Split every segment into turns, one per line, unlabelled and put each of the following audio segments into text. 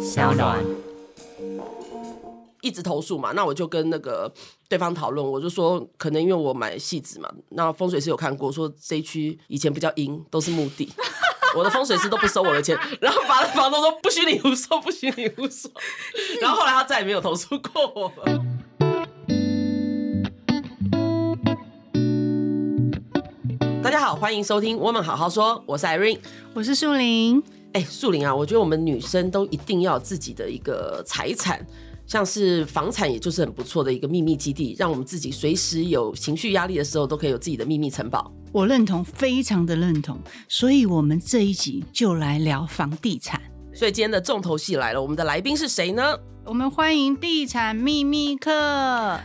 小暖。
一直投诉嘛，那我就跟那个对方讨论，我就说可能因为我买戏子嘛，那风水师有看过，说这一区以前比较阴，都是墓地。 我的风水师都不收我的钱，然后房房东说不许你胡说，不许你胡说。然后后来他再也没有投诉过我了。大家好，欢迎收听《我们好好说》，我是 Irene。
我是树林，
哎、树林啊，我觉得我们女生都一定要有自己的一个财产，像是房产，也就是很不错的一个秘密基地，让我们自己随时有情绪压力的时候，都可以有自己的秘密城堡。
我认同，非常的认同，所以我们这一集就来聊房地产。
所以今天的重头戏来了，我们的来宾是谁呢？
我们欢迎地产秘密课，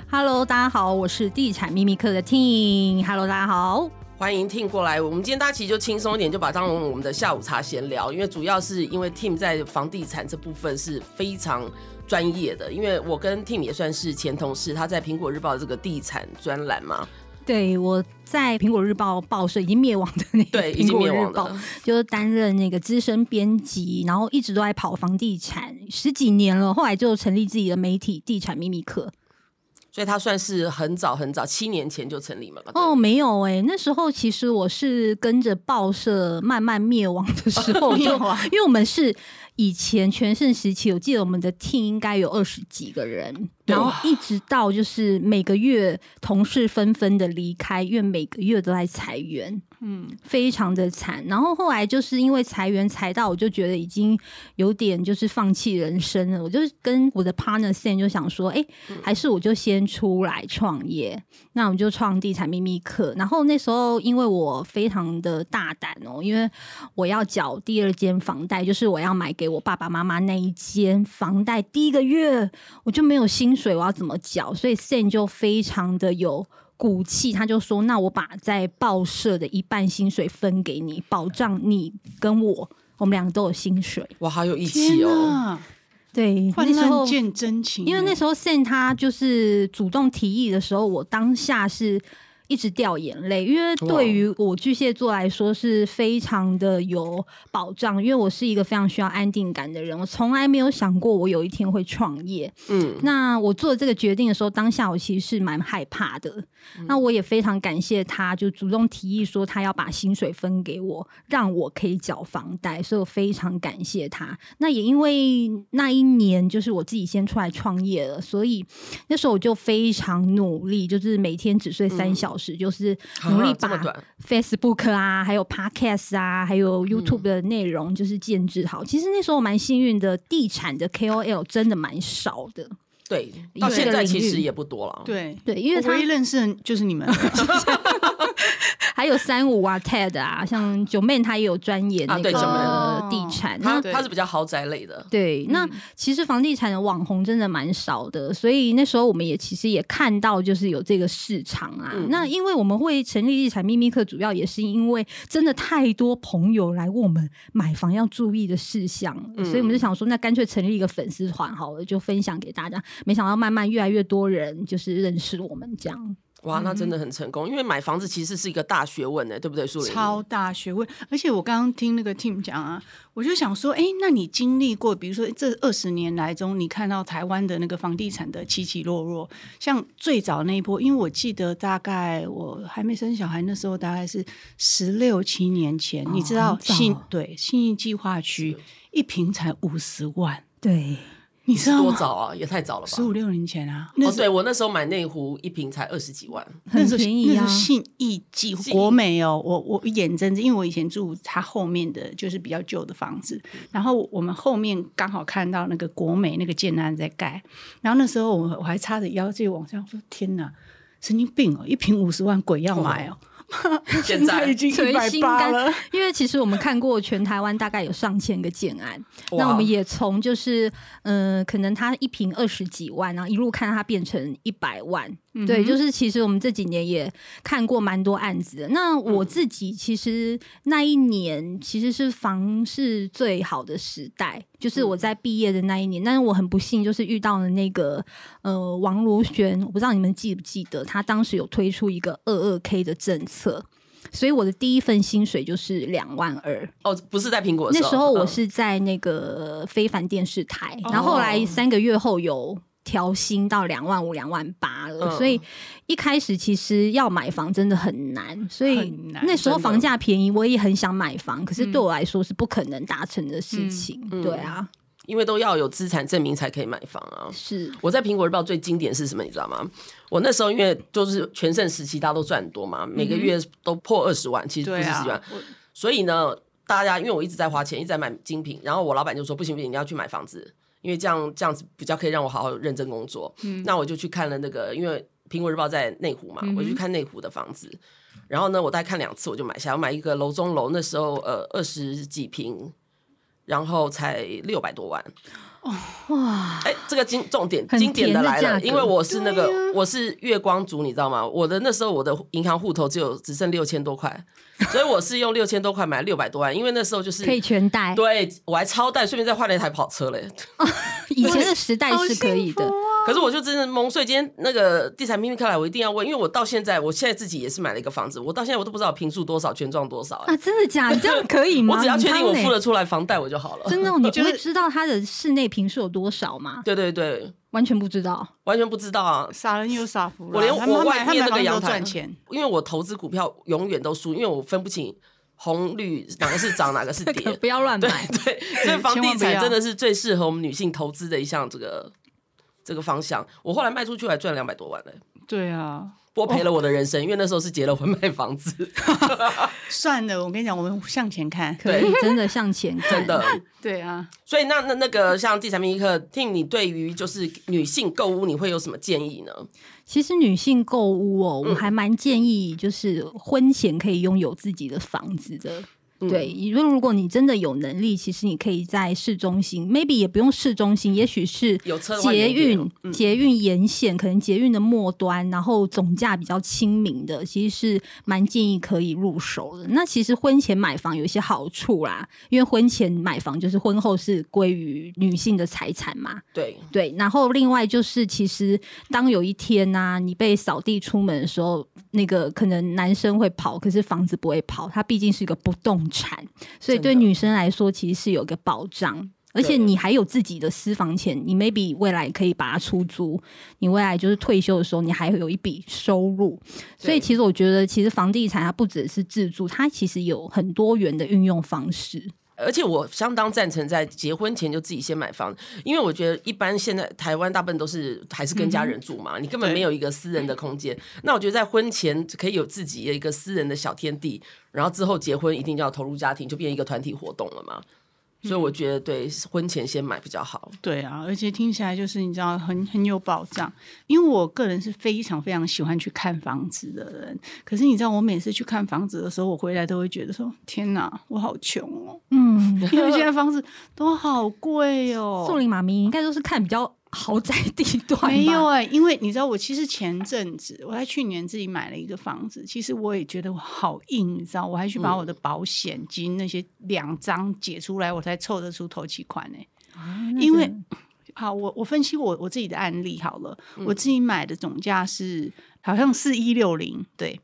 Hello，大家好，我是地产秘密课的 Ting。Hello，大家好。
欢迎 Tim 过来，我们今天大家其实就轻松一点，就把它当成我们的下午茶闲聊，因为主要是因为 Tim 在房地产这部分是非常专业的，因为我跟 Tim 也算是前同事，他在苹果日报这个地产专栏嘛，
对，我在苹果日报报社已经灭亡的那个
对，已
苹
经
果
灭
日
亡
报
了，，
就是担任那个资深编辑，然后一直都在跑房地产，十几年了。后来就成立自己的媒体地产秘密课。
所以他算是很早很早，七年前就成立了嘛。对
哦，没有哎、那时候其实我是跟着报社慢慢灭亡的时候就，
亡
因为我们是以前全盛时期，我记得我们的 team 应该有二十几个人，
对
然后一直到就是每个月同事纷纷的离开，因为每个月都在裁员，
嗯，
非常的惨。然后后来就是因为裁员裁到，我就觉得已经有点就是放弃人生了。我就跟我的 partner Sam 就想说，哎、还是我就先出来创业。那我们就创地产秘密课。然后那时候因为我非常的大胆哦，因为我要缴第二间房贷，就是我要买给我爸爸妈妈那一间房贷。第一个月我就没有薪水，我要怎么缴？所以 Sam 就非常的有。骨气，他就说：“那我把在报社的一半薪水分给你，保障你跟我，我们两个都有薪水。
哇，好有义
天
气哦！
哪，
对，
患
那时候
难见真情，
因为那时候 Sen 他就是主动提议的时候，我当下是一直掉眼泪，因为对于我巨蟹座来说是非常的有保障，因为我是一个非常需要安定感的人，我从来没有想过我有一天会创业。
嗯，
那我做这个决定的时候，当下我其实是蛮害怕的。
嗯
那我也非常感谢他，就主动提议说他要把薪水分给我，让我可以缴房贷，所以我非常感谢他。那也因为那一年就是我自己先出来创业了，所以那时候我就非常努力，就是每天只睡三小时，就是努力
啊这么嗯
把
短，嗯
Facebook 啊，还有 Podcast 啊，还有 YouTube 的内容，就是建制好。其实那时候我蛮幸运的，地产的 KOL 真的蛮少的。
对，
一
到
个
现在
领
其实
域
也不多了。，
对，
对，因为
我
他
唯一认识的就是你们，
还有三五啊、TED 啊，像九妹她也有专业
啊
那
对九妹
个地产。
他
那
对
他是比较豪宅类的。
对，那其实房地产的网红真的蛮少的，所以那时候我们也其实也看到就是有这个市场啊。
嗯
那因为我们会成立地产秘密课，主要也是因为真的太多朋友来问我们买房要注意的事项了，
嗯
所以我们就想说，那干脆成立一个粉丝团好了，就分享给大家。没想到慢慢越来越多人就是认识我们这样。
哇，那真的很成功，因为买房子其实是一个大学问欸呢，对不对，树林？
嗯超大学问。而且我刚刚听那个 Tim 讲啊，我就想说，哎，那你经历过，比如说这二十年来中，你看到台湾的那个房地产的起起落落，像最早那一波，因为我记得大概我还没生小孩那时候，大概是十六七年前，你知道
很早
信对信义计划区一平才五十万，
对，
你知道
多
吗？
早啊，也太早了吧
十？五六年前啊，那
哦，
时候
对我那时候买内湖一瓶才二十几万，
很
那时候
便宜
那
啊
时候信义记
信义
国美哦，我我眼睁睁，因为我以前住它后面的就是比较旧的房子，然后我们后面刚好看到那个国美那个建案在盖，然后那时候我我还叉着腰就往上说：“天哪，神经病哦，一瓶五十万，鬼要买哦！”
现在
已经一
捶
百
心
八
肝
了，
因为其实我们看过全台湾大概有上千个建案，
哇
那我们也从就是嗯、呃可能它一瓶二十几万，然后一路看它变成一百万。对，就是其实我们这几年也看过蛮多案子的。那我自己其实那一年其实是房市最好的时代，就是我在毕业的那一年。但是我很不幸，就是遇到了那个呃王如玄，我不知道你们记不记得，他当时有推出一个二二 K 的政策。所以我的第一份薪水就是两万二。
哦，不是在苹果的
那时候我
嗯
是在那个非凡电视台，然后后
哦
来三个月后有。调薪到两万五、两万八了，
嗯
所以一开始其实要买房真的很难，所以
很难
那时候
真的
房价便宜，我也很想买房，可是对
嗯
我来说是不可能达成的事情。
嗯
对啊，
因为都要有资产证明才可以买房啊。
是
我在《苹果日报》最经典是什么，你知道吗？我那时候因为就是全盛时期，大家都赚很多嘛，每个月都破二十万，其实不
嗯对
是十
啊
几万，，
我
所以呢，大家因为我一直在花钱，一直在买精品，然后我老板就说不行不行，你要去买房子，因为这样这样子比较可以让我好好认真工作。那我就去看了那个，因为苹果日报在内湖嘛，我就去看内湖的房子。然后呢，我大概看两次，我就买下。我买一个楼中楼，那时候呃二十几平，然后才六百多万。
哇，
哎，这个经重点
很
经典的
甜的
来了，
价格
因为我是那个、
啊
我是月光族，你知道吗？我的那时候我的银行户头只有只剩六千多块，所以我是用六千多块买六百多万，因为那时候就是
可以全贷。
对我还超贷，顺便再换了一台跑车嘞。
以前的时代是可以的，
可是我就真的懵，所以今天那个地产秘密课来，我一定要问，因为我到现在，我现在自己也是买了一个房子，我到现在我都不知道平数多少，权状多少、哎
啊，真的假的？这样可以 吗？
我只要确定我
很
付
棒欸
得出来房贷， 我就好了。
真的哦、你不
就
会
是
知道它的室内平数有多少吗？
对对对，
完全不知道。
完全不知道啊。
傻人有傻福啦，啊
我连
他们
我
他
外
买他
面那
买
个
房子
阳
都
台
赚钱，
因为我投资股票永远都输，因为我分不清红绿哪个是涨，哪个是
可
跌。
不要乱
对
买。
对，所以房地
千万不
产
要
真的是最适合我们女性投资的一项这个这个方向。我后来卖出去还赚两百多万嘞、
对啊，
不过赔了我的人生，因为那时候是结了婚 卖房子，
算了，我跟你讲，我们向前看，
可以真的向前看，
真的。
对啊，
所以那那那个像地产秘密课，Tim，你对于就是女性购物，你会有什么建议呢？
其实女性购物哦，
嗯
我还蛮建议，就是婚前可以拥有自己的房子的。
嗯
对，因为如果你真的有能力，其实你可以在市中心，maybe 也不用市中心，也许是
有车的话
捷
也嗯可以
运、捷运沿线，可能捷运的末端，然后总价比较亲民的，其实是蛮建议可以入手的。那其实婚前买房有一些好处啦，因为婚前买房就是婚后是归于女性的财产嘛，
对，
对，然后另外就是，其实当有一天呐、你被扫地出门的时候，那个可能男生会跑，可是房子不会跑，它毕竟是一个不动产，所以
真
对
的
女生来说其实是有一个保障。而且
对
你还有自己的私房钱，你 maybe 未来可以把它出租，你未来就是退休的时候，你还会有一笔收入。所
对
以其实我觉得，其实房地产它不只是自住，它其实有很多元的运用方式。
而且我相当赞成在结婚前就自己先买房，因为我觉得一般现在台湾大部分都是还是跟家人住嘛，你根本
嗯对嗯
没有一个私人的空间。那我觉得在婚前可以有自己的一个私人的小天地，然后之后结婚一定要投入家庭，就变一个团体活动了嘛。所以
嗯
我觉得对婚前先买比较好。
对啊，而且听起来就是你知道很很有保障，因为我个人是非常非常喜欢去看房子的人，可是你知道我每次去看房子的时候，我回来都会觉得说天哪，我好穷哦，
嗯，
因为现在房子都好贵 哦，
宋林妈咪应该都是看比较豪宅地段吧，
没有哎、因为你知道，我其实前阵子我在去年自己买了一个房子，其实我也觉得我好硬，你知道，我还去把我
嗯
的保险金那些两张解出来，我才凑得出头期款哎、
啊那
因为
真的嗯
好，我我分析我我自己的案例好了，我自己买的总价是好像四一六零对，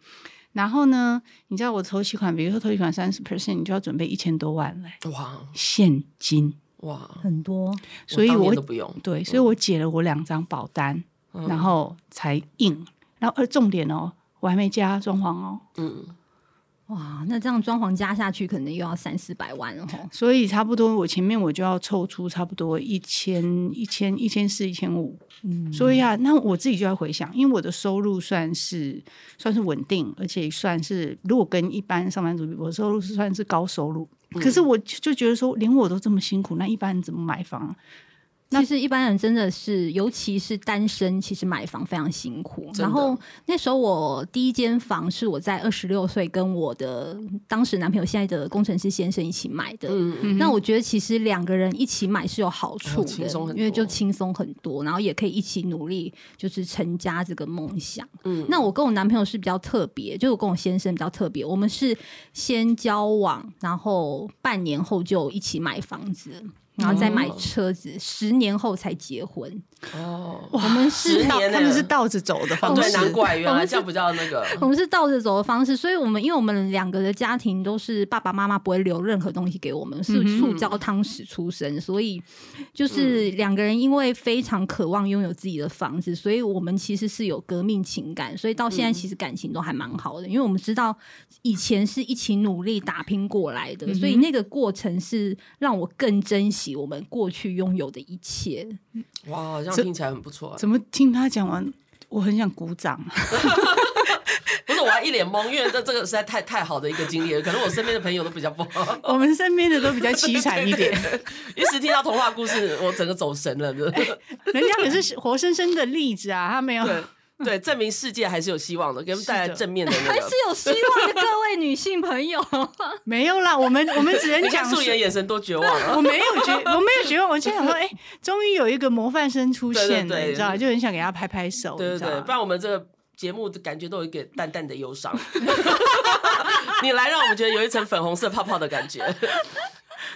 然后呢，你知道我头期款，比如说头期款三十 percent，你就要准备一千多万嘞、
哇
现金，
哇，
很多，
所以
当年
我
都不用，
对，所以我解了我两张保单，
嗯
然后才印。然后而重点哦，我还没加装潢哦，
嗯，
哇，那这样装潢加下去，可能又要三四百万了吼。
所以差不多我前面我就要凑出差不多一千、一千、一千四、一千五。
嗯，
所以啊，那我自己就要回想，因为我的收入算是算是稳定，而且算是如果跟一般上班族比，我的收入是算是高收入。
嗯
可是我就就觉得说，连我都这么辛苦，那一般人怎么买房啊？
其实一般人真的是，尤其是单身，其实买房非常辛苦。
真的
然后那时候我第一间房是我在二十六岁跟我的当时男朋友现在的工程师先生一起买的。那我觉得其实两个人一起买是有好
嗯
处
哦轻
的，
松很多
因为就轻松很多，然后也可以一起努力，就是成家这个梦想。嗯，那我跟我男朋友是比较特别，就是我跟我先生比较特别，我们是先交往，然后半年后就一起买房子。然后再买车子，十年后才结婚。
哦，
哇，
我们是
十
倒
年
他
呢
们是倒着走的方
对，
式，
难怪原
我
来
们是
这样比较那个。
我们是倒着走的方式，所以我们因为我们两个的家庭都是爸爸妈妈不会留任何东西给我们，是
嗯哼嗯
塑胶汤匙出生，所以就是两个人因为非常渴望拥有自己的房子，所以我们其实是有革命情感，所以到
嗯
现在其实感情都还蛮好的，因为我们知道以前是一起努力打拼过来
嗯
的，所以那个过程是让我更珍惜我们过去拥有的一切。
哇，这样
这
听起来很不错啊。
怎么听他讲完，我很想鼓掌。
不是，我还一脸懵，因为这这个实在太太好的一个经历了。可能我身边的朋友都比较不好。
我们身边的都比较凄惨一点，
一时听到童话故事，我整个走神了。真的
人家可是活生生的例子啊，他没有。
对对，证明世界还是有希望的，给他们带
是
来
的
正面的那
还是
个。
有希望的，各位女性朋友，
没有啦，我们我们只能
你
讲
看素
说，
颜眼神多绝望啊！
我没有觉，我没有觉得，我就想说，哎、终于有一个模范生出现了，
对对对
你知道吗，就很想给他拍拍手，
对
你
对
知道
对，
吗
不然我们这个节目的感觉都有一点淡淡的忧伤。 你来让我们觉得有一层粉红色泡泡的感觉。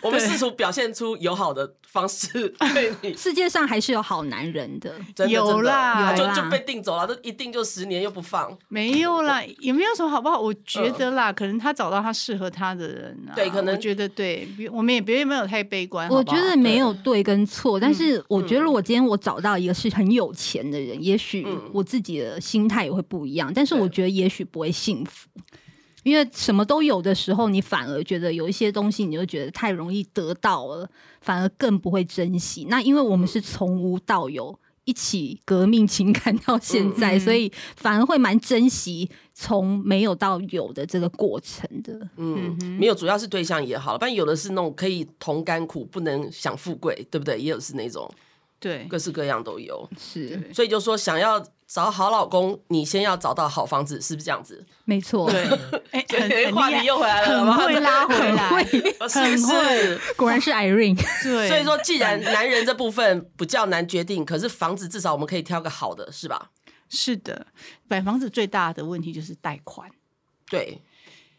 我们
对
试图表现出友好的方式对 你，
世界上还是有好男人的。
真的
有
真的
啦
就
有啦
就被定走了，都一定就十年又不放。
没有啦，也没有什么好不好，我觉得啦，可能他找到他适合他的人、啊，
嗯对可能
我觉得对，别我们也别没有太悲观，
我
好不
觉
好
得没有对跟错，但是我觉得如果今天我找到一个是很有钱的人，也许
嗯
我自己的心态也会不一样，但是
对
我觉得也许不会幸福。因为什么都有的时候，你反而觉得有一些东西，你就觉得太容易得到了，反而更不会珍惜。那因为我们是从无到有，一起革命情感到现在，
嗯
所以反而会蛮珍惜从没有到有的这个过程的。
嗯，没有，主要是对象也好，但有的是那种可以同甘苦，不能享富贵，对不对？也有是那种
对
各式各样都有，
是，
所以就说想要找好老公，你先要找到好房子，是不是这样子？
没 错。
对，哎、很很
话
厉害
题又回来了，
很会拉回 来，
来， 是不是？
果 然是 Irene，
对，
所以说，既然男人这部分比较难决定，可是房子至少我们可以挑个好的，是吧？
是的，买房子最大的问题就是贷款。
对，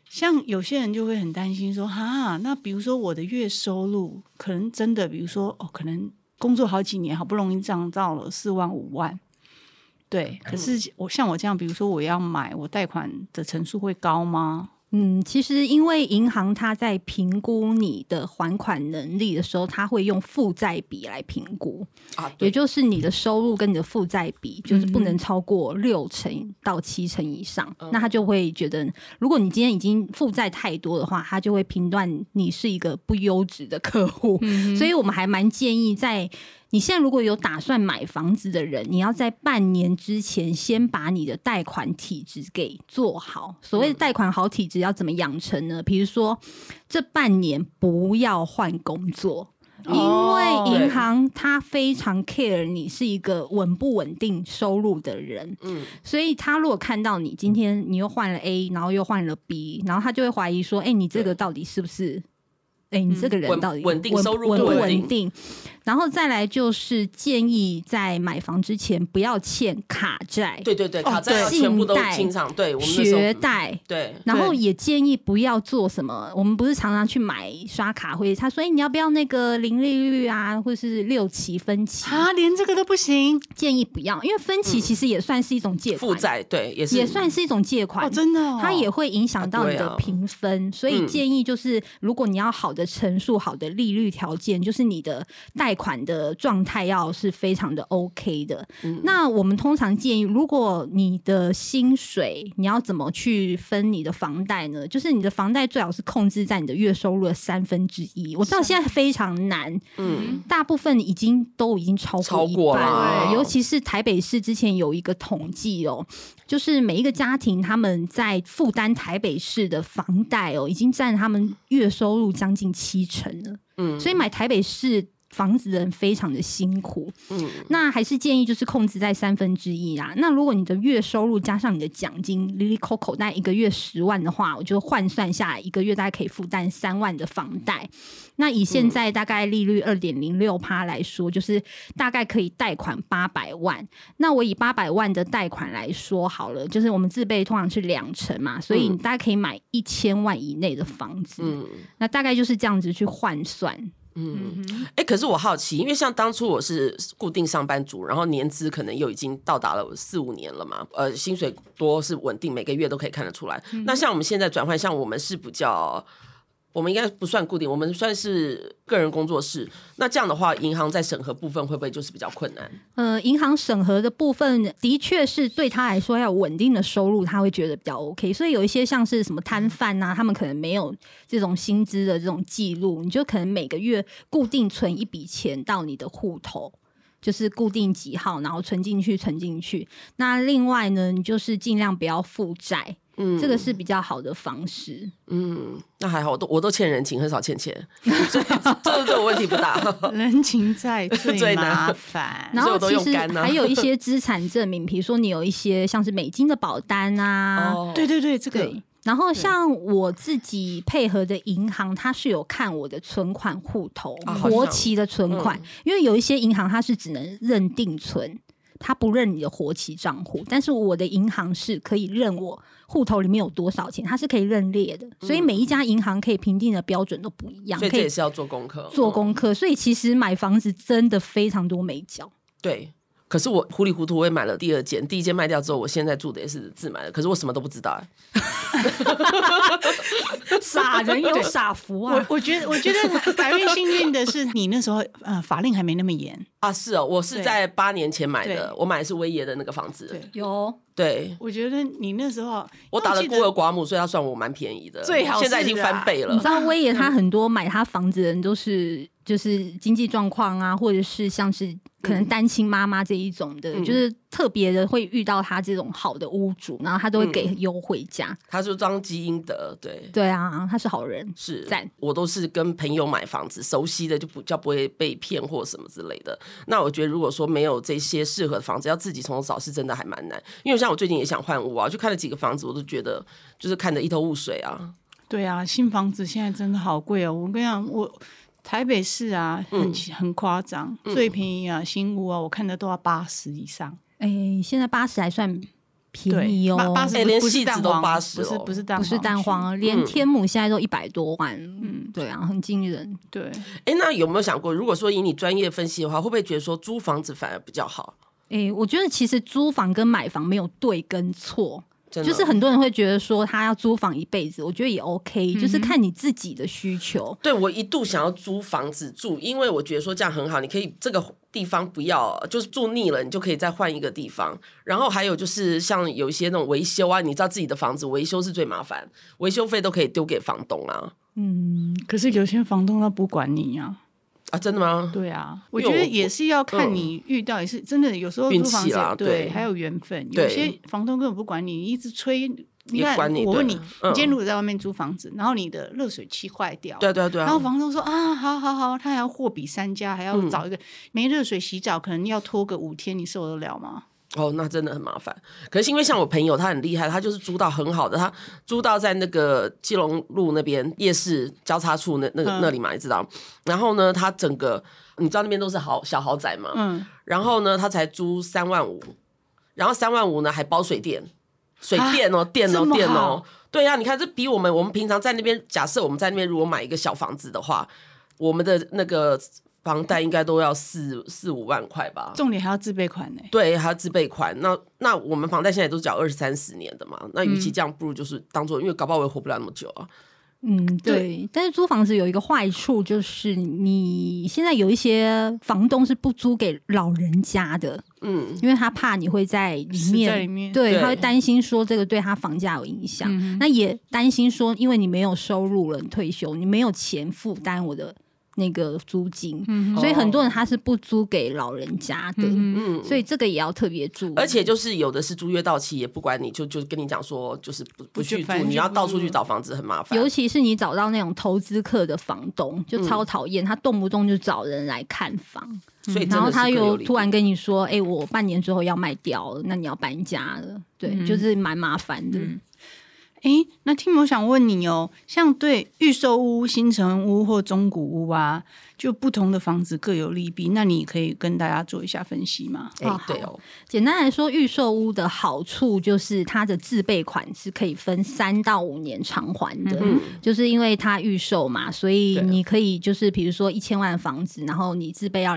像有些人就会很担心说，哈，那比如说我的月收入可能真的，比如说哦，可能工作好几年，好不容易涨到了四万五万，对。可是我像我这样，比如说我要买，我贷款的成数会高吗？
嗯，其实因为银行它在评估你的还款能力的时候，它会用负债比来评估，
啊，
也
对，
就是你的收入跟你的负债比，就是不能超过六成到七成以上。那他就会觉得，如果你今天已经负债太多的话，他就会评断你是一个不优质的客户。
嗯
所以我们还蛮建议在。你现在如果有打算买房子的人，你要在半年之前先把你的贷款体质给做好。所谓的贷款好体质要怎么养成呢？比如说，这半年不要换工作。因
哦
为银行它非常 care 你是一个稳不稳定收入的人，
嗯，
所以他如果看到你今天你又换了 A，然后又换了 B，然后他就会怀疑说：“哎、你这个到底是不是？哎、你这个人
嗯稳
到底
稳定收入
稳不
不稳
稳
定
定？”然后再来就是建议在买房之前不要欠卡债、
对对对，
哦
卡债要
对
全部都
信贷
清偿，对我们那时
学
候嗯
贷，
对。
然后
对
也建议不要做什么，我们不是常常去买刷卡会，他说：“哎、你要不要那个零利率啊，或是六期分期？”
啊，连这个都不行
建议不要，因为分期其实也算是一种借
嗯
款，
负债对也是
也算是一种借款，
哦，真的、哦，
它也会影响到你
啊对
的
啊
评分，所以
嗯
建议就是，如果你要好的陈述、好的利率条件，就是你的贷款的状态要是非常的 OK 的。
嗯
那我们通常建议，如果你的薪水，你要怎么去分你的房贷呢？就是你的房贷最好是控制在你的月收入的三分之一。我知道现在非常难，
嗯，
大部分已经都已经超
超
过一
过
半
了
尤其是台北市之前有一个统计哦，就是每一个家庭他们在负担台北市的房贷哦，已经占他们月收入将近七成了。
嗯
所以买台北市。房子的人非常的辛苦，
嗯，
那还是建议就是控制在三分之一啦。那如果你的月收入加上你的奖金，里里扣口袋一个月十万的话，我就换算下来，一个月大概可以负担三万的房贷。那以现在大概利率二点零六趴来说，就是大概可以贷款八百万。那我以八百万的贷款来说好了，就是我们自备通常是两成嘛，所以你大概可以买一千万以内的房子。
嗯
那大概就是这样子去换算。
嗯哼，
哎、可是我好奇，因为像当初我是固定上班族，然后年资可能又已经到达了四五年了嘛，呃，薪水多是稳定，每个月都可以看得出来。
嗯
那像我们现在转换，像我们是比较，我们应该不算固定，我们算是个人工作室。那这样的话，银行在审核部分会不会就是比较困难？
呃，银行审核的部分的确是对他来说要有稳定的收入，他会觉得比较 OK。所以有一些像是什么摊贩呐，他们可能没有这种薪资的这种记录，你就可能每个月固定存一笔钱到你的户头。就是固定几号，然后存进去，存进去。那另外呢，你就是尽量不要负债，
嗯，
这个是比较好的方式。
嗯，那还好，我都我都欠人情，很少欠钱， 所以这对我问题不大。
人情债
最
最
难
麻烦。
然
所以
后
我都
其
用
实
干啊
还有一些资产证明，比如说你有一些像是美金的保单啊，
哦
对对对，这个
对，然后像我自己配合的银行，它是有看我的存款户头、
啊好像嗯
活期的存款，因为有一些银行它是只能认定存。它不认你的活期账户，但是我的银行是可以认我户头里面有多少钱，它是可以认列的，所以每一家银行可以评定的标准都不一样，
嗯所以
可
这也
以
是要做功课，
做
嗯
功课。所以其实买房子真的非常多美 角。
对。可是我糊里糊涂我也买了第二间，第一间卖掉之后，我现在住的也是自买的，可是我什么都不知道、哎
傻人有傻福
我
啊！
我觉得我觉得台运幸运的是，你那时候呃法令还没那么严。
啊，是哦，我是
对
在八年前买的
对，
我买的是威爷的那个房子。
对，
有
对
我觉得你那时候
我打了孤
因为
儿
我记
寡母，所以他算我蛮便宜的，
最好是
现在已经
啊
翻倍
你
了
知。道威爷他很多买他房子的人都是就是经济状况啊，或者是像是可能单亲妈妈这一种的，
嗯
就是特别的会遇到他这种好的屋主，然后他都会
嗯
给优惠价。
他是张基因的，对。
对啊，他是好人。
是
赞，
我都是跟朋友买房子，熟悉的就不叫不会被骗或什么之类的。那我觉得如果说没有这些适合的房子，要自己从头找是真的还蛮难。因为像我最近也想换屋啊，就看了几个房子，我都觉得就是看得一头雾水啊。
得对啊，新房子现在真的好贵哦。我跟你讲，我台北市啊，很、很夸张，最便宜啊，新屋啊，我看的都要八十以上。
哎、现在八十还算便宜
对，
哦
八，八十
哎连
不是
戏子
蛋
都
黄
80哦
不是不是蛋
不是蛋黄
区，
啊，连天母现在都一百多万。嗯，对啊，很惊人。
对，
哎，那有没有想过，如果说以你专业分析的话，会不会觉得说租房子反而比较好？
哎、我觉得其实租房跟买房没有对跟错，
真的
就是很多人会觉得说他要租房一辈子，我觉得也 OK，、就是看你自己的需求。
对我一度想要租房子住，因为我觉得说这样很好，你可以这个地方不要就是住腻了，你就可以再换一个地方。然后还有就是像有一些那种维修啊，你知道自己的房子维修是最麻烦，维修费都可以丢给房东啊
嗯，
可是有些房东他不管你啊。
啊，真的吗？
对啊，我
因为
觉得
我嗯
也是要看你遇到，也是真的有时候
运
租房
气
子
啦对
对，还有缘分。有
对
些房东根本不管你，你一直催，你
也
看
管你
我问
对
你，
嗯
你今天如果在外面租房子，然后你的热水器坏掉，
对啊对啊对
然后
啊，嗯
房东说啊，好好好，他还要货比三家，还要找一个没热水洗澡，可能要拖个五天，你受得了吗？
哦，那真的很麻烦。可是因为像我朋友，他很厉害，他就是租到很好的，他租到在那个基隆路那边夜市交叉处那那个
嗯
那里嘛，你知道？然后呢，他整个你知道那边都是豪小豪宅嘛，
嗯，
然后呢，他才租三万五，然后三万五呢还包水电，水电哦，电
啊这
哦，
么
电哦
好，
对呀、你看这比我们我们平常在那边，假设我们在那边如果买一个小房子的话，我们的那个房贷应该都要四四五万块吧。
重点还要自备款呢、
对，还要自备款。那那我们房贷现在都是缴二十三十年的嘛，那与其这样，不如就是当做，因为搞不好我也活不了那么久啊。
嗯，对。但是租房子有一个坏处，就是你现在有一些房东是不租给老人家的，
嗯，
因为他怕你会在里
死
面，
在里面
对，
对
他会担心说这个对他房价有影响，
嗯哼
那也担心说，因为你没有收入了，你退休，你没有钱负担我的那个租金，
嗯
所以很多人他是不租给老人家的，
嗯
所以这个也要特别注意。
而且就是有的是租约到期也不管你，就就跟你讲说，就是不不
不
去
就
住
反，正
你
就
要
不
到处
住
嗯
去找房子很麻烦。
尤其是你找到那种投资客的房东，就超讨厌，他动不动就找人来看房，
所哎以真的
然后
是
他
各有
又
利
突
弊
然跟你说：“哎、我
嗯
半年之后要卖掉了，那你要搬家了。”对，就是蛮麻烦的。
嗯诶，那 Tim，我想问你哦，像对预售屋、新城屋或中古屋啊，就不同的房子各有利弊，那你可以跟大家做一下分析吗？
哎、
哦
对哦，
简单来说，预售屋的好处就是它的自备款是可以分三到五年偿还的，
嗯
就是因为它预售嘛，所以
对
你可以就是比如说一千万的房子，然后你自备要。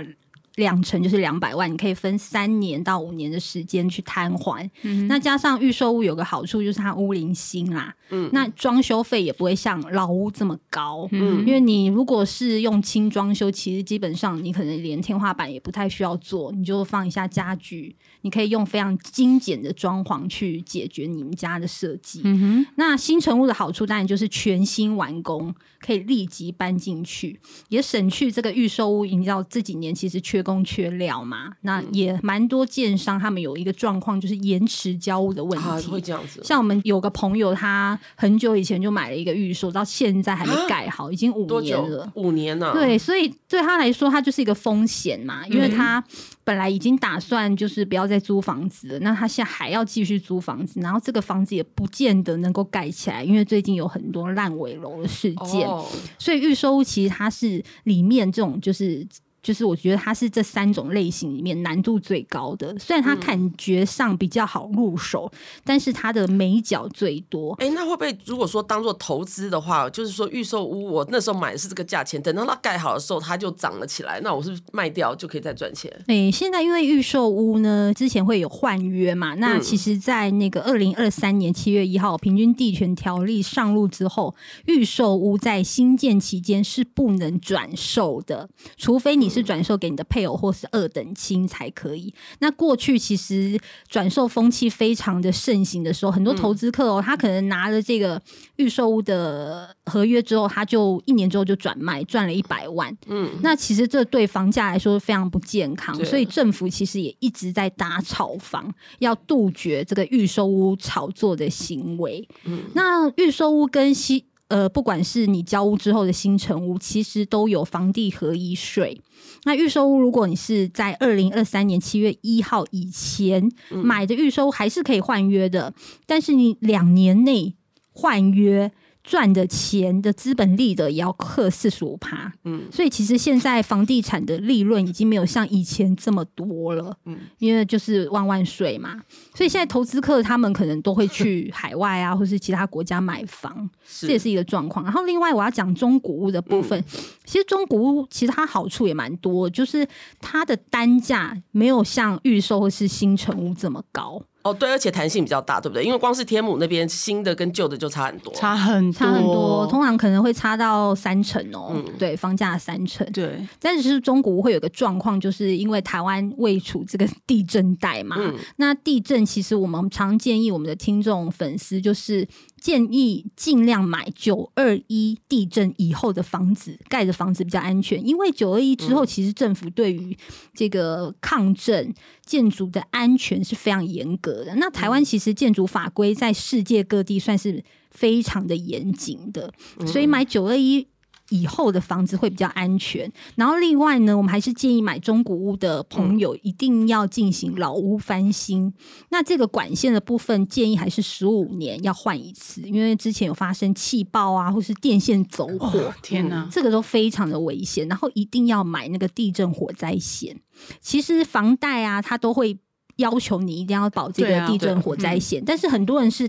两成就是两百万，你可以分三年到五年的时间去摊还。
嗯
那加上预售屋有个好处就是它屋龄新啦，那装修费也不会像老屋这么高。
嗯
因为你如果是用轻装修，其实基本上你可能连天花板也不太需要做，你就放一下家具，你可以用非常精简的装潢去解决你们家的设计。
嗯
那新成屋的好处当然就是全新完工，可以立即搬进去，也省去这个预售屋营造这几年其实缺工缺料嘛。那
嗯
也蛮多建商他们有一个状况就是延迟交屋的问
啊，
题，
会这样子，
像我们有个朋友，他很久以前就买了一个预售，到现在还没盖好，已经五
啊多
年
久
了？。
五年呢、啊？
对，所以对他来说，他就是一个风险嘛，因为
嗯
他本来已经打算就是不要再租房子了，那他现在还要继续租房子，然后这个房子也不见得能够盖起来，因为最近有很多烂尾楼的事件，
哦，
所以预售屋其实它是里面这种就是。就是我觉得它是这三种类型里面难度最高的，虽然它感觉上比较好入手，但是它的美角最多。
哎、那会不会如果说当做投资的话，就是说预售屋，我那时候买的是这个价钱，等到它盖好的时候，它就涨了起来，那我是不是卖掉就可以再赚钱？
诶、现在因为预售屋呢，之前会有换约嘛，那
嗯
其实，在那个二零二三年七月一号《平均地权条例》上路之后，预售屋在新建期间是不能转售的，除非你是转售给你的配偶或是二等亲才可以。那过去其实转售风气非常的盛行的时候，很
嗯
多投资客哦，他可能拿了这个预售屋的合约之后，他就一年之后就转卖，赚了一百万。
嗯，
那其实这对房价来说非常不健康，
对
所以政府其实也一直在打炒房，要杜绝这个预售屋炒作的行为。
嗯
那预售屋跟新呃，不管是你交屋之后的新城屋，其实都有房地合一税。那预售屋，如果你是在二零二三年七月一号以前
嗯
买的预售屋，还是可以换约的，但是你两年内换约。赚的钱的资本利得也要克四十五趴，嗯
嗯，
所以其实现在房地产的利润已经没有像以前这么多了，嗯
嗯，
因为就是万万税嘛，所以现在投资客他们可能都会去海外啊，或是其他国家买房，
是嗯
这也是一个状况。然后另外我要讲中古屋的部分，其实中古屋其实它好处也蛮多，就是它的单价没有像预售或是新城屋这么高，
哦，对，而且弹性比较大，对不对？因为光是天母那边新的跟旧的就差很多，
差很多，哦
差很多，通常可能会差到三成哦，
嗯
对，房价的三成。
对，
但是中古屋会有个状况，就是因为台湾位处这个地震带嘛，
嗯
那地震其实我们常建议我们的听众粉丝就是。建议尽量买九二一地震以后的房子，盖的房子比较安全，因为九二一之后，其实政府对于这个抗震建筑的安全是非常严格的。那台湾其实建筑法规在世界各地算是非常的严谨的，所以买九二一以后的房子会比较安全。然后另外呢，我们还是建议买中古屋的朋友一定要进行老屋翻新。那这个管线的部分建议还是十五年要换一次，因为之前有发生气爆啊，或是电线走火。
哦嗯
天哪，
这个都非常的危险，然后一定要买那个地震火灾险。其实房贷啊，它都会要求你一定要保这
对
个
啊
地震火灾险，但是很多人是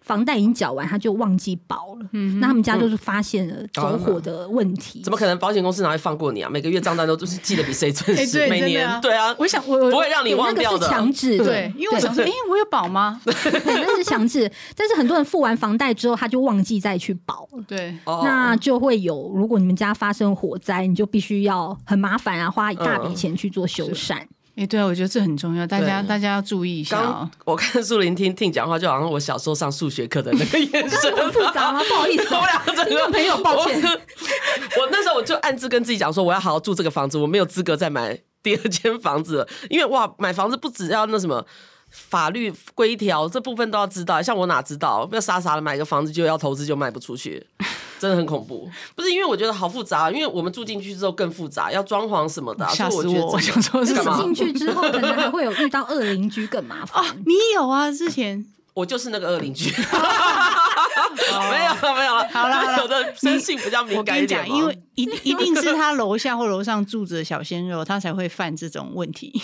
房贷已经缴完，他就忘记保了，
嗯
那他们家就是发现了走火的问题。
怎么可能保险公司哪会放过你啊？每个月账单都就是记得比 谁准
哎
时，
对
每
真的
年
啊
对啊，
我想我我
不会让你
对
忘
那
掉
个
的
是。强制的，
对，因为我想说，哎，我有保吗？
对那是强制，但是很多人付完房贷之后，他就忘记再去保了。
对，
哦
那就会有，如果你们家发生火灾，你就必须要很麻烦啊，花一大
嗯
笔钱去做修缮。
哎，对啊，我觉得这很重要，大家大家要注意一下哦
刚。我看树林听听讲话，就好像我小时候上数学课的那个眼 神。
很复杂吗？不好意思
我
哦，
俩整
听
个
众朋友，抱歉。
啊我。 我那时候我就暗自跟自己讲说，我要好好住这个房子，我没有资格再买 第二间房子了，因为哇，买房子不只要那什么。法律规条这部分都要知道，像我哪知道？不要傻傻的买个房子就要投资就卖不出去， 真的很恐怖。不是因为我觉得好复杂，因为我们住进去之后更复杂，要装潢什么的啊、
吓
所
死
以觉得
我！我
这
想说是
就
干
什
嘛
是
么
进去之后，可能还会有遇到恶邻居，更麻烦。
啊？你有啊？之前
我就是那个恶邻居，没有了，没有了。
哦好啦好 啦
有的生性比较敏
我
感
跟
一
你
点
讲，
嘛
因为一定一定是他楼下或楼上住着小鲜肉，他才会犯这种问题。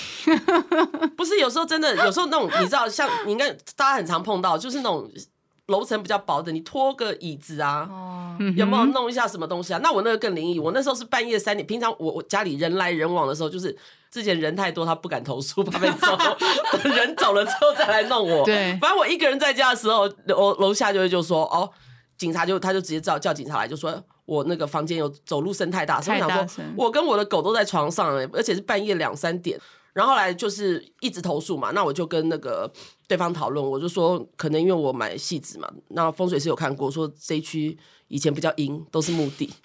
不是有时候真的，有时候那种你知道，像你应该大家很常碰到，就是那种楼层比较薄的，你拖个椅子啊，
哦，
有没有弄一下什么东西啊？那我那个更灵异，我那时候是半夜三点，平常我我家里人来人往的时候，就是之前人太多，他不敢投诉，怕被揍，等人走了之后再来弄我。
对
反正我一个人在家的时候，楼楼下就会就说哦，警察就他就直接叫叫警察来，就说。我那个房间有走路声太大声，
太
我
大
想说
声，
我跟我的狗都在床上、欸，而且是半夜两三点。然后后来就是一直投诉嘛，那我就跟那个对方讨论，我就说可能因为我买戏子嘛，那风水师有看过，说这一区以前比较阴，都是墓地。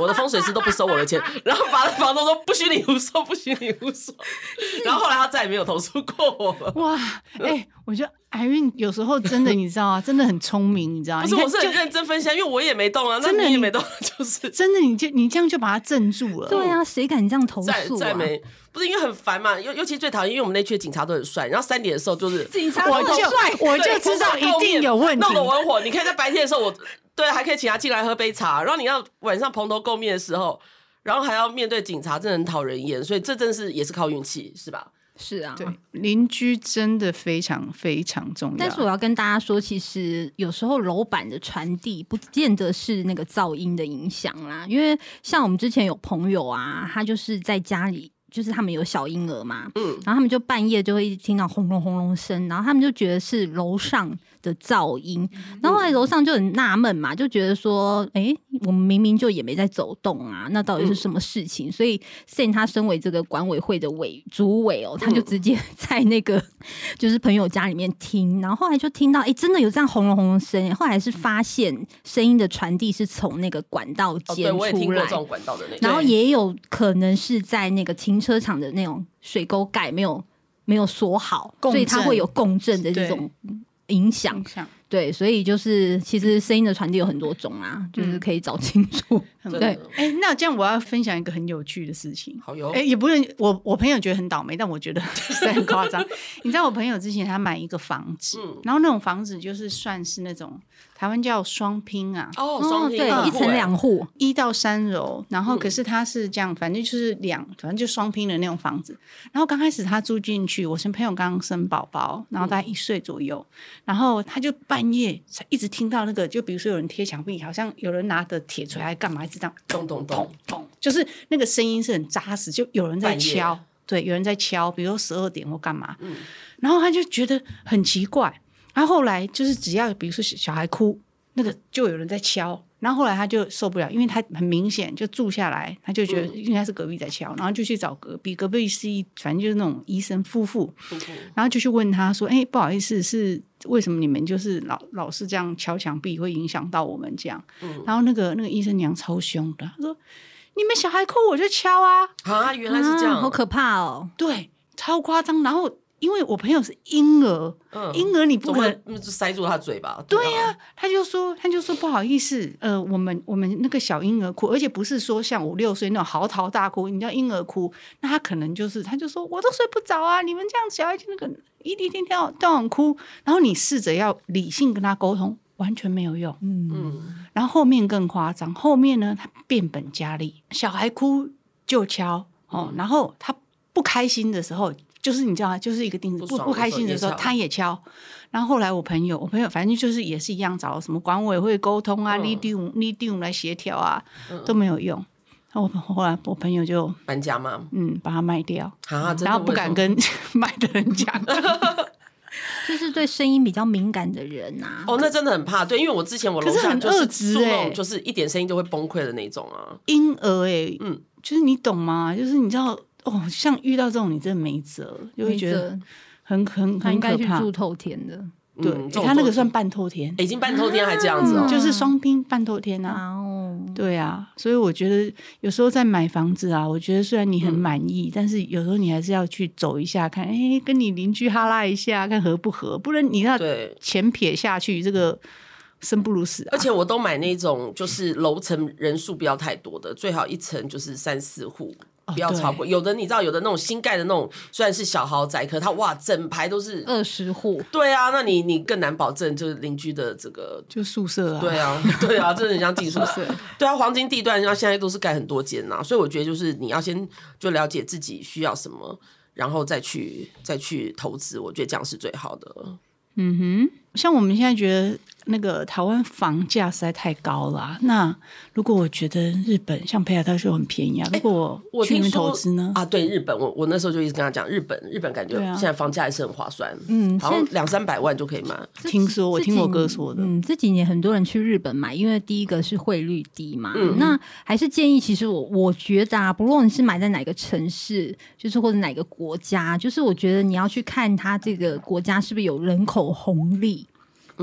我的风水师都不收我的钱，然后房房东说不许你胡说，不许你胡 说。然后后来他再也没有投诉过我了。
哇，哎、我觉得 Irene 有时候真的，你知道啊，真的很聪明，你知道吗？
不是，
啊你看
我是
就
很认真分析啊，因为我也没动啊，那
真的
你也
你
没动， 就是
真的，你就你这样就把他镇住了。
对啊，谁敢这样投
再
诉
再
啊？
没不是因为很烦嘛，尤尤其最讨厌，因为我们那区的警察都很帅，然后三点的时候就是
警察
我
都很
就
帅
我就知道一定有问题
弄。得我很火。你可以在白天的时候我，对啊还可以请他进来喝杯茶，然后你要晚上蓬头垢面的时候，然后还要面对警察，真的很讨人厌。所以这真是也是靠运气，是吧？
是啊，
对，邻居真的非常非常重要。
但是我要跟大家说，其实有时候楼板的传递不见得是那个噪音的影响啦，因为像我们之前有朋友啊，他就是在家里。就是他们有小婴儿嘛，嗯，然后他们就半夜就会一直听到轰隆轰隆声，然后他们就觉得是楼上的噪音，
嗯
然后后来楼上就很纳闷嘛，就觉得说，诶，我们明明就也没在走动啊，那到底
嗯
是什么事情？所以 Sen 他身为这个管委会的委主委哦，他
嗯
就直接 在那个就是朋友家里面听，然后后来就听到，诶，真的有这样轰隆轰隆声耶，后来
嗯
是发现声音的传递是从那个管道
哦，
间
对，我也听
出
过
来
这，种管道的那个。
然后也有可能是在那个停车场的那种水沟盖没有没有锁好，
共
所以它
振
会有共振的这种影响
影。响
对，所以就是其实声音的传递有很多种啊，
嗯
就是可以找清楚。
很
真的
对，
哎、那这样我要分享一个很有趣的事情。
好哟
哎、也不是我，我朋友觉得很倒霉，但我觉得 是很夸张。你知道，我朋友之前他买一个房子，
嗯
然后那种房子就是算是那种台湾叫双拼啊，
哦，双拼
对
很，
一
酷
层
欸
两户，
一到三楼，然后可是他是这样，反正就是两，反正就双拼的那种房子。然后刚开始他住进去，我是朋友刚生宝宝，然后大概一岁左右，然后他就半夜才一直听到那个，就比如说有人贴墙壁，好像有人拿着铁锤还干嘛，一直这样
咚咚咚，
咚，就是那个声音是很扎实，就有人在
半夜嗯
敲，对，有人在敲，比如说十二点或干嘛，然后他就觉得很奇怪。他后来就是只要比如说小小孩哭，那个就有人在敲。然后后来他就受不了，因为他很明显就住下来，他就觉
嗯
得应该是隔壁在敲，然后就去找隔壁，隔壁是一反正就是那种医生夫妇，然后就去问他说：“哎、不好意思，是为什么你们就是老老是这样敲墙壁，会影响到我们这样？”然后那个那个医生娘超凶的，她说：“你们小孩哭我就敲啊，
啊，原来是这样，
啊好可怕哦！
对，超夸张。”然后因为我朋友是婴儿，
嗯
婴儿你不
总
可
会
能
嗯就塞住他嘴巴。啊
对呀、他就说，他就说不好意思，呃，我们我们那个小婴儿哭，而且不是说像五六岁那种嚎啕大哭，你知道婴儿哭，那他可能就是，他就说我都睡不着啊，你们这样小孩那个一天天到到晚哭，然后你试着要理性跟他沟通，完全没有用。
嗯，
嗯，
然后后面更夸张，后面呢，他变本加厉，小孩哭就敲哦，
嗯
然后他不开心的时候，就是你知道吗？就是一个钉子，
不
不
爽
不开心的时候
的时候也敲
他也敲。然后后来我朋友，我朋友反正就是也是一样，找什么管委会沟通啊、
嗯
l e a d i n g l e a d i n g 来协调啊
嗯，
都没有用。然后我后来我朋友就
搬家嘛，
嗯把它卖掉，
啊，真的
嗯然后不敢跟 卖的人讲。
就是对声音比较敏感的人啊，
哦，那真的很怕，对，因为我之前我楼
可是
下
很
就是
恶质
住那
欸
种，就是一点声音就会崩溃的那种啊。
婴儿哎、
嗯
嗯，就是你懂吗？就是你知道哦，像遇到这种你真的没辙，就会觉
没
得
辙
很很
他
很
应该
可
去
怕。
住透天的。
对、欸
嗯这种
他那个
做
算半透天，嗯
已经半透天还这样子哦，
就是双拼半透天啊。
哇哦，
嗯
对啊，所以我觉得有时候在买房子啊，我觉得虽然你
嗯
很满意，但是有时候你还是要去走一下，看哎、跟你邻居哈拉一下，看合不合，不然你要
对。
钱撇下去，这个生不如死、啊。
而且我都买那种，就是楼层人数不要太多的，最好一层就是三四户
哦
不要超过。有的你知道，有的那种新盖的那种，虽然是小豪宅，可它哇，整排都是。
嗯
二十户，
对啊，那你你更难保证就是邻居的这个。
就宿舍啊，
对啊， 对啊，真的很像寄宿舍。
舍，
对啊，黄金地段，然后现在都是盖很多间呐、所以我觉得就是你要先就了解自己需要什么，然后再去再去投资，我觉得这样是最好的。
嗯哼，像我们现在觉得那个台湾房价实在太高了啊、那如果我觉得日本像北海道就很便宜啊，如果
哎我
去
听
那边
说
投资呢？
啊，对日本，我我那时候就一直跟他讲，日本日本感觉
对啊
现在房价还是很划算，
嗯
好像
现在
两三百万就可以买。
听说我
这
听我
几
哥说的
嗯，这几年很多人去日本买，因为第一个是汇率低嘛。那还是建议，其实我我觉得啊，不论你是买在哪个城市，就是或者哪个国家，就是我觉得你要去看它这个国家是不是有人口红利。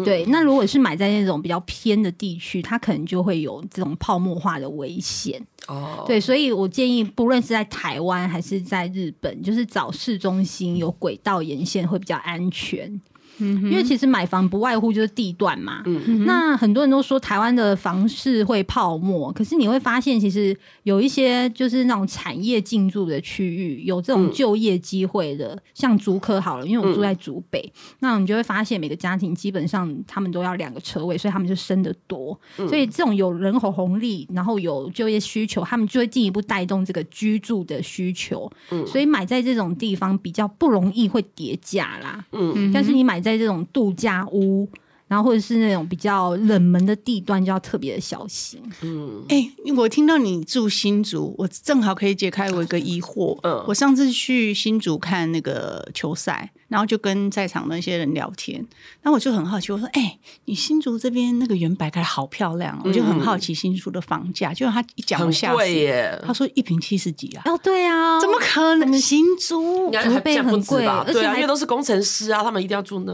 对，那如果是买在那种比较偏的地区，它可能就会有这种泡沫化的危险。
哦，
对，所以我建议，不论是在台湾还是在日本，就是找市中心有轨道沿线会比较安全。
嗯
因为其实买房不外乎就是地段嘛。
嗯
那很多人都说台湾的房市会泡沫，可是你会发现，其实有一些就是那种产业进驻的区域，有这种
嗯
就业机会的，像竹科好了，因为我住在竹北，那你就会发现每个家庭基本上他们都要两个车位，所以他们就生的多。所以这种有人口红利，然后有就业需求，他们就会进一步带动这个居住的需求。所以买在这种地方比较不容易会叠价啦。
嗯，
但是你买在这种度假屋，然后或者是那种比较冷门的地段，就要特别的小心。
嗯
哎、我听到你住新竹，我正好可以解开我一个疑惑。
嗯
我上次去新竹看那个球赛，然后就跟在场的一些人聊天，然后我就很好奇，我说：“哎、你新竹这边那个原白开好漂亮哦、我就很
嗯
好奇新竹的房价，就他一讲我
很
吓死
贵，耶，
他说一平七十几啊，
哦，对啊，
怎么可能？新竹
应该还
竹
这
北
样不
很
止
贵
吧？
而
对
且
啊，
还
因为都是工程师啊，他们一定要住那。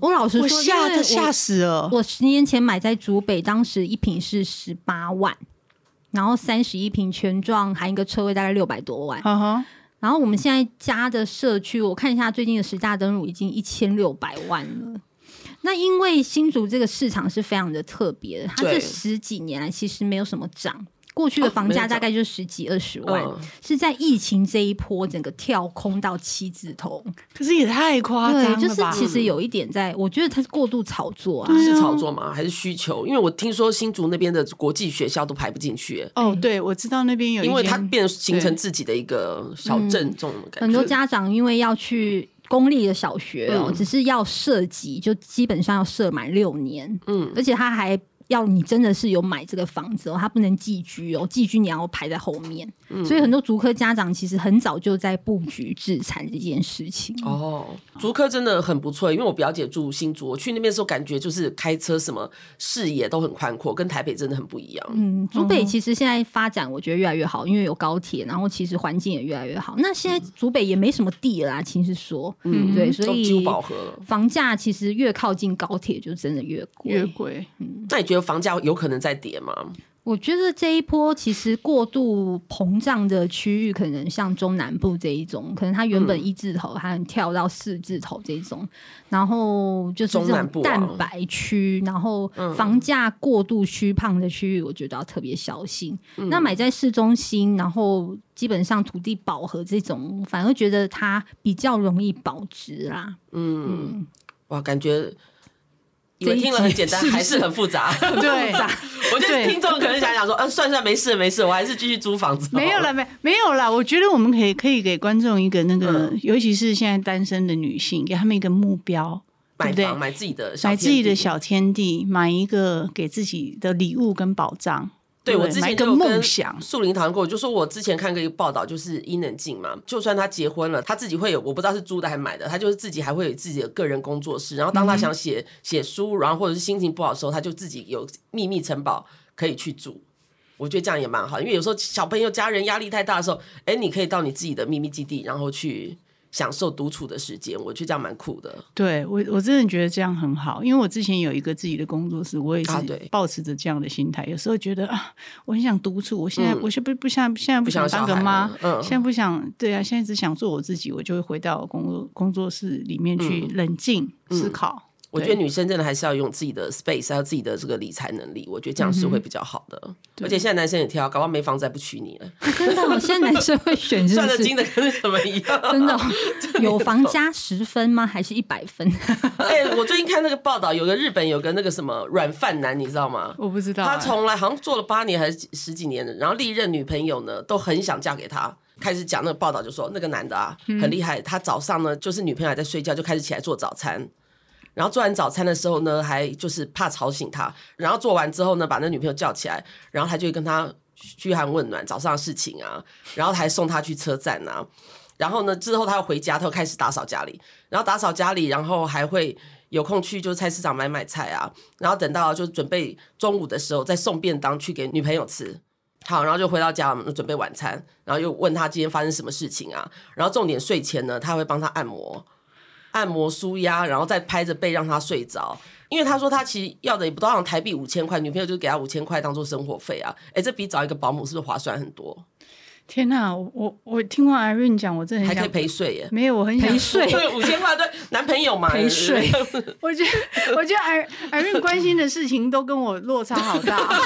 我老实
我
说，
吓
因为
得
我
吓死了。
我十年前买在竹北，当时一平是十八万，然后三十一平全幢含一个车位大概六百多万。
啊哈，
然后我们现在家的社区，我看一下最近的十大登录已经一千六百万了。那因为新竹这个市场是非常的特别的，它
对
这十几年来其实没有什么涨，过去的
哦
房
没有
价大
涨
概就十几二十万，
嗯，
是在疫情这一波整个跳空到七字头。
可是也太夸张了
对，
吧？
就是其实有一点在，我觉得它是过度炒作啊。
对
是
啊
炒作吗？还是需求？因为我听说新竹那边的国际学校都排不进去，
哦，对，我知道那边有一
因
间，
为它变形成自己的一个小镇这种感觉。
嗯很多家长因为要去公立的小学哦、
嗯
只是要涉及，就基本上要设满六年，
嗯
而且他还要你真的是有买这个房子哦，他不能寄居哦，寄居你要排在后面，
嗯
所以很多足科家长其实很早就在布局自产这件事情。
哦，竹科真的很不错，因为我表姐住新竹，我去那边的时候感觉就是开车什么视野都很宽阔，跟台北真的很不一样。
嗯，竹北其实现在发展我觉得越来越好，因为有高铁，然后其实环境也越来越好。那现在竹北也没什么地了啦，啊其实说，
嗯
对，
都
所
几乎
以
饱和了。
房价其实越靠近高铁就真的越贵，
越贵，
那你觉得房价有可能再跌吗？
我觉得这一波其实过度膨胀的区域，可能像中南部这一种，可能它原
嗯
本一字头，它很跳到四字头这一种，然后就是这
中南部
种
啊嗯
蛋白区，然后房价过度虚胖的区域，我觉得要特别小心。
嗯
那买在市中心，然后基本上土地饱和这种，反而觉得它比较容易保值 啦。
嗯，
嗯，
哇，感觉以为
这一
听了很
集
简单，
是不
还是
是
很复杂。
对，
我觉得
对
听众可能想想说，嗯、算算没事没事，我还是继续租房子好了。
没有了，没没有了。我觉得我们可以可以给观众一个那个，
嗯
尤其是现在单身的女性，给他们一个目标，
买
对不对
房买自己的小
买
天
自己的
地
小天地，买一个给自己的礼物跟保障。
对
不
我之
买
前
一个
就有
梦
跟
想，
树林讨论过，我就说我之前看过一个报道，就是伊能静嘛，就算她结婚了，她自己会有，我不知道是租的还买的，她就是自己还会有自己的个人工作室。然后
嗯
当她想写写书，然后或者是心情不好的时候，她就自己有秘密城堡可以去住。我觉得这样也蛮好，因为有时候小朋友家人压力太大的时候，哎，你可以到你自己的秘密基地，然后去享受独处的时间。我觉得这样蛮酷的。
对我我真的觉得这样很好，因为我之前有一个自己的工作室，我也
啊
是
对
保持着这样的心态。有时候觉得啊，我很想独处，我现在、
嗯
我是不不想现在不
不想
想
要小
当个
孩
妈
了，嗯
现在不想对啊，现在只想做我自己，我就会回到工作工作室里面去冷静、思考。
嗯我觉得女生真的还是要用自己的 space，还有自己的这个理财能力，我觉得这样是会比较好的。而且现在男生也挑，搞不好没房子还不娶你了，
啊真的哦，现在男生会选是
赚
不
的
是？
金的跟什么一样。
真的哦有房加十分吗？还是一百分？
哎、我最近看那个报道，有个日本有个那个什么软饭男，你知道吗？
我不知道、
他
哎
从来好像做了八年还是几十几年的，然后历任女朋友呢都很想嫁给他。开始讲那个报道就说那个男的啊
嗯
很厉害，他早上呢就是女朋友还在睡觉就开始起来做早餐，然后做完早餐的时候呢还就是怕吵醒他，然后做完之后呢把那女朋友叫起来，然后他就会跟他嘘寒问暖早上的事情啊，然后还送他去车站啊，然后呢之后他要回家，他又开始打扫家里，然后打扫家里，然后还会有空去就是菜市场买买菜啊，然后等到就准备中午的时候再送便当去给女朋友吃。好，然后就回到家，我们准备晚餐，然后又问他今天发生什么事情啊？然后重点睡前呢，他会帮他按摩，按摩舒压，然后再拍着背让他睡着。因为他说他其实要的也不到像台币五千块，女朋友就给他五千块当做生活费啊。哎，这比找一个保姆是不是划算很多？
天哪、我我我听完 Irene 讲，我真的
还可以
很想
陪睡耶。
没有，我很 想
陪睡
对，五千块对男朋友嘛
陪睡
我觉得， 我觉得 i i r 关心的事情都跟我落差好大。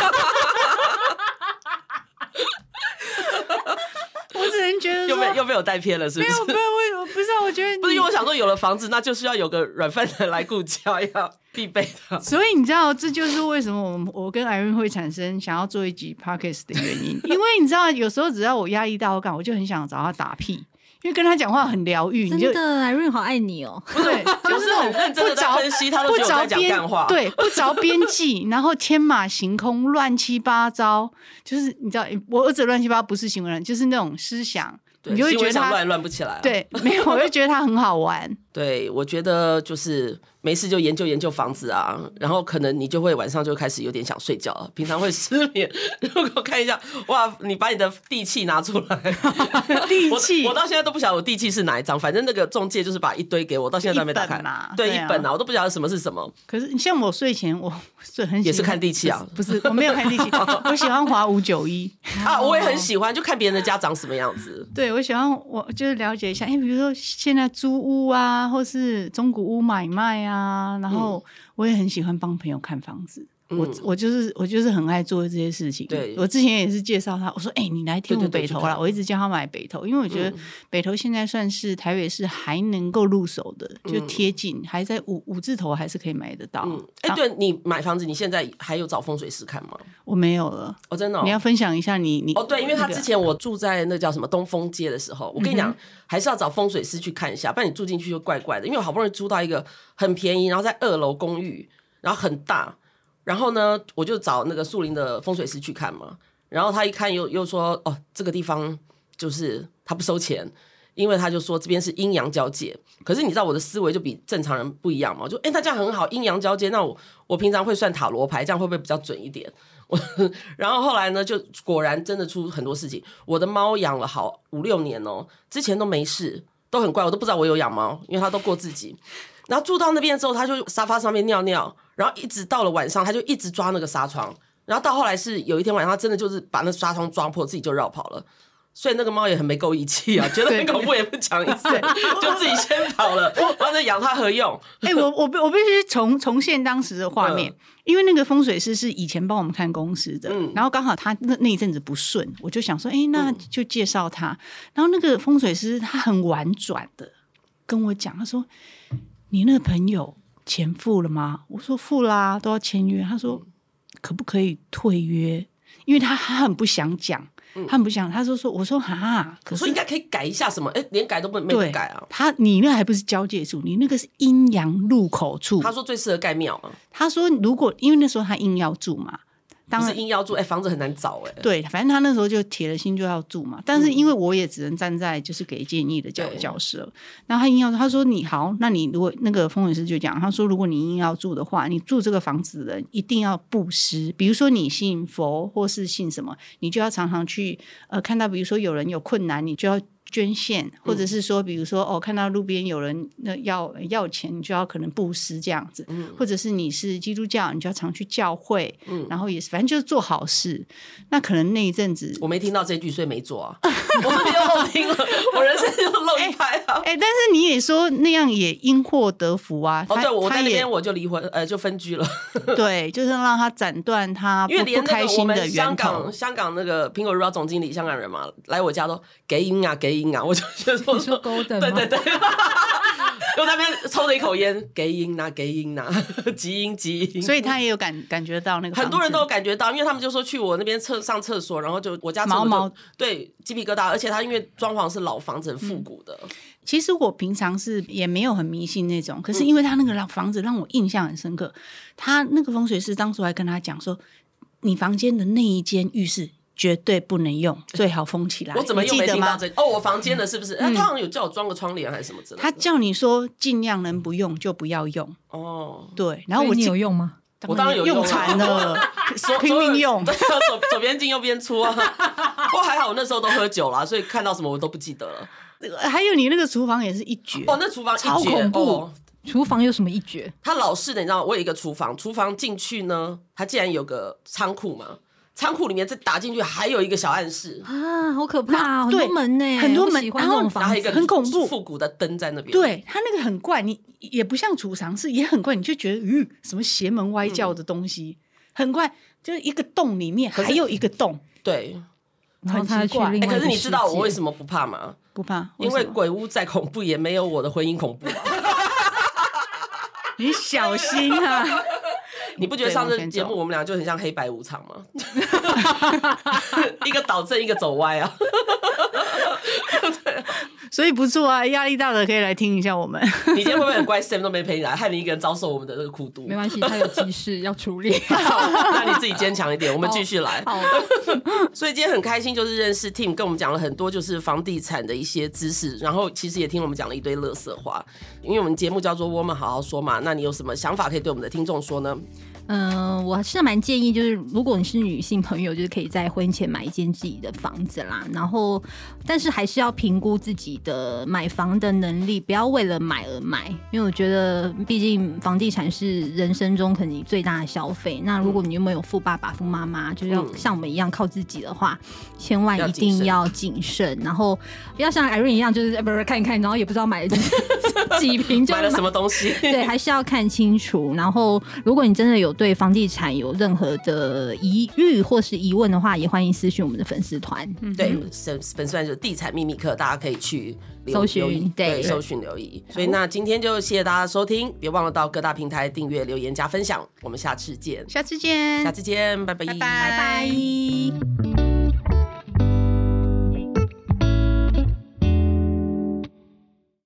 我只能觉得
又
说，
被又被我带偏了，是不
没
是
有，？没有，我我不是啊，我觉得
不是
你
因为我想说，有了房子，那就是要有个软饭的来顾家， 要必备的。
所以你知道，这就是为什么我们我跟 Irene 会产生想要做一集 podcast 的原 因，因为你知道，有时候只要我压力大，我感我就很想找他打屁，因为跟他讲话很疗愈，你
真
就
的，Irene 好爱你哦。
对，就
我
是
是
那
很
种
认真
不
的在
着
分析，他都
不
觉得我在
着
讲
边
干话。，
对，不着边际，然后天马行空，乱七八糟，就是你知道，我儿子乱七八糟不是行为人，就是那种思想，你就会
新
觉
闻
得
上
他
乱乱不起来、啊。，
对，没有，我就觉得他很好玩，
对我觉得就是没事就研究研究房子啊，然后可能你就会晚上就开始有点想睡觉了，平常会失眠。 如果看一下，哇，你把你的地契拿出来，
地
我
气
我。到现在都不晓得我地契是哪一张，反正那个中介就是把一堆给我，到现在都还没打
一
开
本嘛。
对，
对
一
啊
本啊，我都不晓得什么是什么。
可是像我睡前，我 睡很喜欢
也是看地契啊
不是，不是我没有看 地契，我喜欢滑五九一。
啊，我也很喜欢，就看别人的家长什么样子。
对，我喜欢我就是了解一下，哎，比如说现在租屋啊，或是中古屋买卖啊，然后
嗯
我也很喜欢帮朋友看房子。我我就是我就是很爱做这些事情。
对
我之前也是介绍他，我说：“哎、你来听
对
我
对对
北投
去
啦！”
看嗯
我一直叫他买北投，因为我觉得北投现在算是台北市还能够入手的，就贴近，还在五五字头还是可以买得到。
嗯，哎、
啊
对你买房子，你现在还有找风水师看吗？
我没有了，
哦，真的、哦，
你要分享一下你你
哦，对，因为他
那个
之前我住在那叫什么东风街的时候，我跟你讲，还是要找风水师去看一下，不然你住进去就怪怪的。因为我好不容易租到一个很便宜，然后在二楼公寓，然后很大，然后呢，我就找那个树林的风水师去看嘛，然后他一看又又说，哦，这个地方就是他不收钱。因为他就说这边是阴阳交界，可是你知道我的思维就比正常人不一样嘛？我就哎，那这样很好，阴阳交界，那我我平常会算塔罗牌，这样会不会比较准一点？我然后后来呢，就果然真的出很多事情。我的猫养了好五六年哦，之前都没事，都很乖，我都不知道我有养猫，因为它都过自己。然后住到那边之后，它就沙发上面尿尿，然后一直到了晚上，它就一直抓那个纱窗。然后到后来是有一天晚上，它真的就是把那纱窗抓破，自己就绕跑了。所以那个猫也很没够义气啊，觉得很恐怖也不讲一声，就自己先跑 了，然后再养它何用？
哎、我我必我必须重重现当时的画面，
嗯
因为那个风水师是以前帮我们看公司的，
嗯
然后刚好他那那一阵子不顺，我就想说，哎、那就介绍他。然后那个风水师他很婉转的跟我讲，他说：“你那个朋友钱付了吗？”我说：“付啦、都要签约。”他说：“可不可以退约？”因为他他很不想讲，他很不想，他就说：“我说哈，可
我
是
说应嗯该可以改一下什么？哎，连改都不没
对
得改啊。
他你那还不是交界处，你那个是阴阳入口处。”
他说最适合盖庙啊嘛，
他说，如果因为那时候他硬要住嘛，当
不是
然
硬要住，哎，房子很难找哎。
对，反正他那时候就铁了心就要住嘛。但是因为我也只能站在就是给建议的角
嗯对
角色，然后他硬要，他说你好，那你如果那个风水师就讲，他说如果你硬要住的话，你住这个房子的人一定要布施，比如说你信佛或是信什么，你就要常常去呃看到，比如说有人有困难，你就要。捐献，或
嗯
者是说，比如说哦，看到路边有人那要要钱，你就要可能布施这样子，
嗯
或者是你是基督教，你就要常去教会，然后也是反正就是做好事。那可能那一阵子
我没听到这句，所以没做啊。 我是不是又漏听 了？我人生又漏一拍啊！
哎、但是你也说那样也因祸得福啊。
哦，
他
对，我
他
在那
也
边我就离婚，呃，就分居了，
对，就是让他斩断他
因为
不不
连那
开
个我
心的
们香
源头
港。香港那个苹果日报总经理香港人嘛，来我家都给音啊给音啊，我就觉得说
你说
对
Golden 吗？
对对， 又在那边抽了一口烟，给音啊给音啊， 急音急音，
所以他也有感感觉到那个
很多
房
人
子
都有感觉到，因为他们就说去我那边厕上厕所，然后就我家厕所
毛
就
毛
对鸡皮疙瘩，而且它因为装潢是老房子，很复古的，
其实我平常是也没有很迷信那种，可
嗯
是因为他那个老房子让我印象很深刻。他那个风水师当时我还跟他讲说，你房间的那一间浴室绝对不能用，最好封起来。
我怎么
你
又
记
没
得
听到
吗？嗯
这？哦，我房间的是不是？哎、他好像有叫我装个窗帘还是什么之类的。
他叫你说尽量能不用就不要用，
哦，
对。 然
然
后
后
我
你
记
有用吗？
我当然有用啊
用残 了，拼命用
左。 左左左边进右边出啊！ 不过还好我那时候都喝酒啦，所以看到什么我都不记得了。
还有你那个厨房也是一绝，
哦，那厨房一
超
绝
恐怖
哦
厨房有什么一绝？
他老式的，你知道吗？我有一个厨房，厨房进去呢，它竟然有个仓库嘛，仓库里面再打进去还有一个小暗室，
啊，好可怕、哦！很
对
多门呢、
很多
我
门
喜欢
然
这
后
种
然
房
后
子
一个
啊很恐怖
复古的灯在那边。，
对它那个很怪，你也不像储藏室，也很怪，你就觉得嗯，什么邪门歪教的东西，很怪，就是一个洞里面还有一个洞，
对，
然后他
很
要
奇
去
怪
另
哎、
外一
可
个
是你知道我为
么？
什么不怕吗？
不怕，
因为
什 么
鬼屋再恐怖也没有我的婚姻恐怖 啊！
你小心啊，
你不觉得上次
对往前
节目
走
我们俩就很像黑白无常吗？ 一个倒正，一个走歪啊！
所以不错啊，压力大的可以来听一下我们。
你今天会不会很乖？Sam 都没陪你来，害你一个人遭受我们的这个苦读
没。关系，他有急事要 处理。
好，那你自己坚强一点，我们继续来。
好，
所以今天很开心，就是认识 Tim，跟我们讲了很多就是房地产的一些知识，然后其实也听我们讲了一堆乐色话，因为我们节目叫做《我们好好说》嘛，那你有什么想法可以对我们的听众说呢？
嗯、我是蛮建议，就是如果你是女性朋友，就是可以在婚前买一间自己的房子啦。然后，但是还是要评估自己的买房的能力，不要为了买而买，因为我觉得，毕竟房地产是人生中可能最大的消费。那如果你又没有富爸爸、富妈妈，就是要
嗯
像我们一样靠自己的话，千万
要
一
谨
定
慎
要谨慎，然后不要像 Irene 一样，就是哎不是看一看，然后也不知道买了几几 瓶就
买了什么东西？
对，还是要看清楚。然后，如果你真的有对房地产有任何的疑虑或是疑问的话，也欢迎私讯我们的粉丝团。
对，粉粉丝团就是地产秘密课，大家可以去留
搜寻
留意
对
对，搜寻留意。所以那今天就谢谢大家收听，别忘了到各大平台订阅、留言、加分享，我们下次见，
下次见
下，次见，拜
拜拜
拜拜。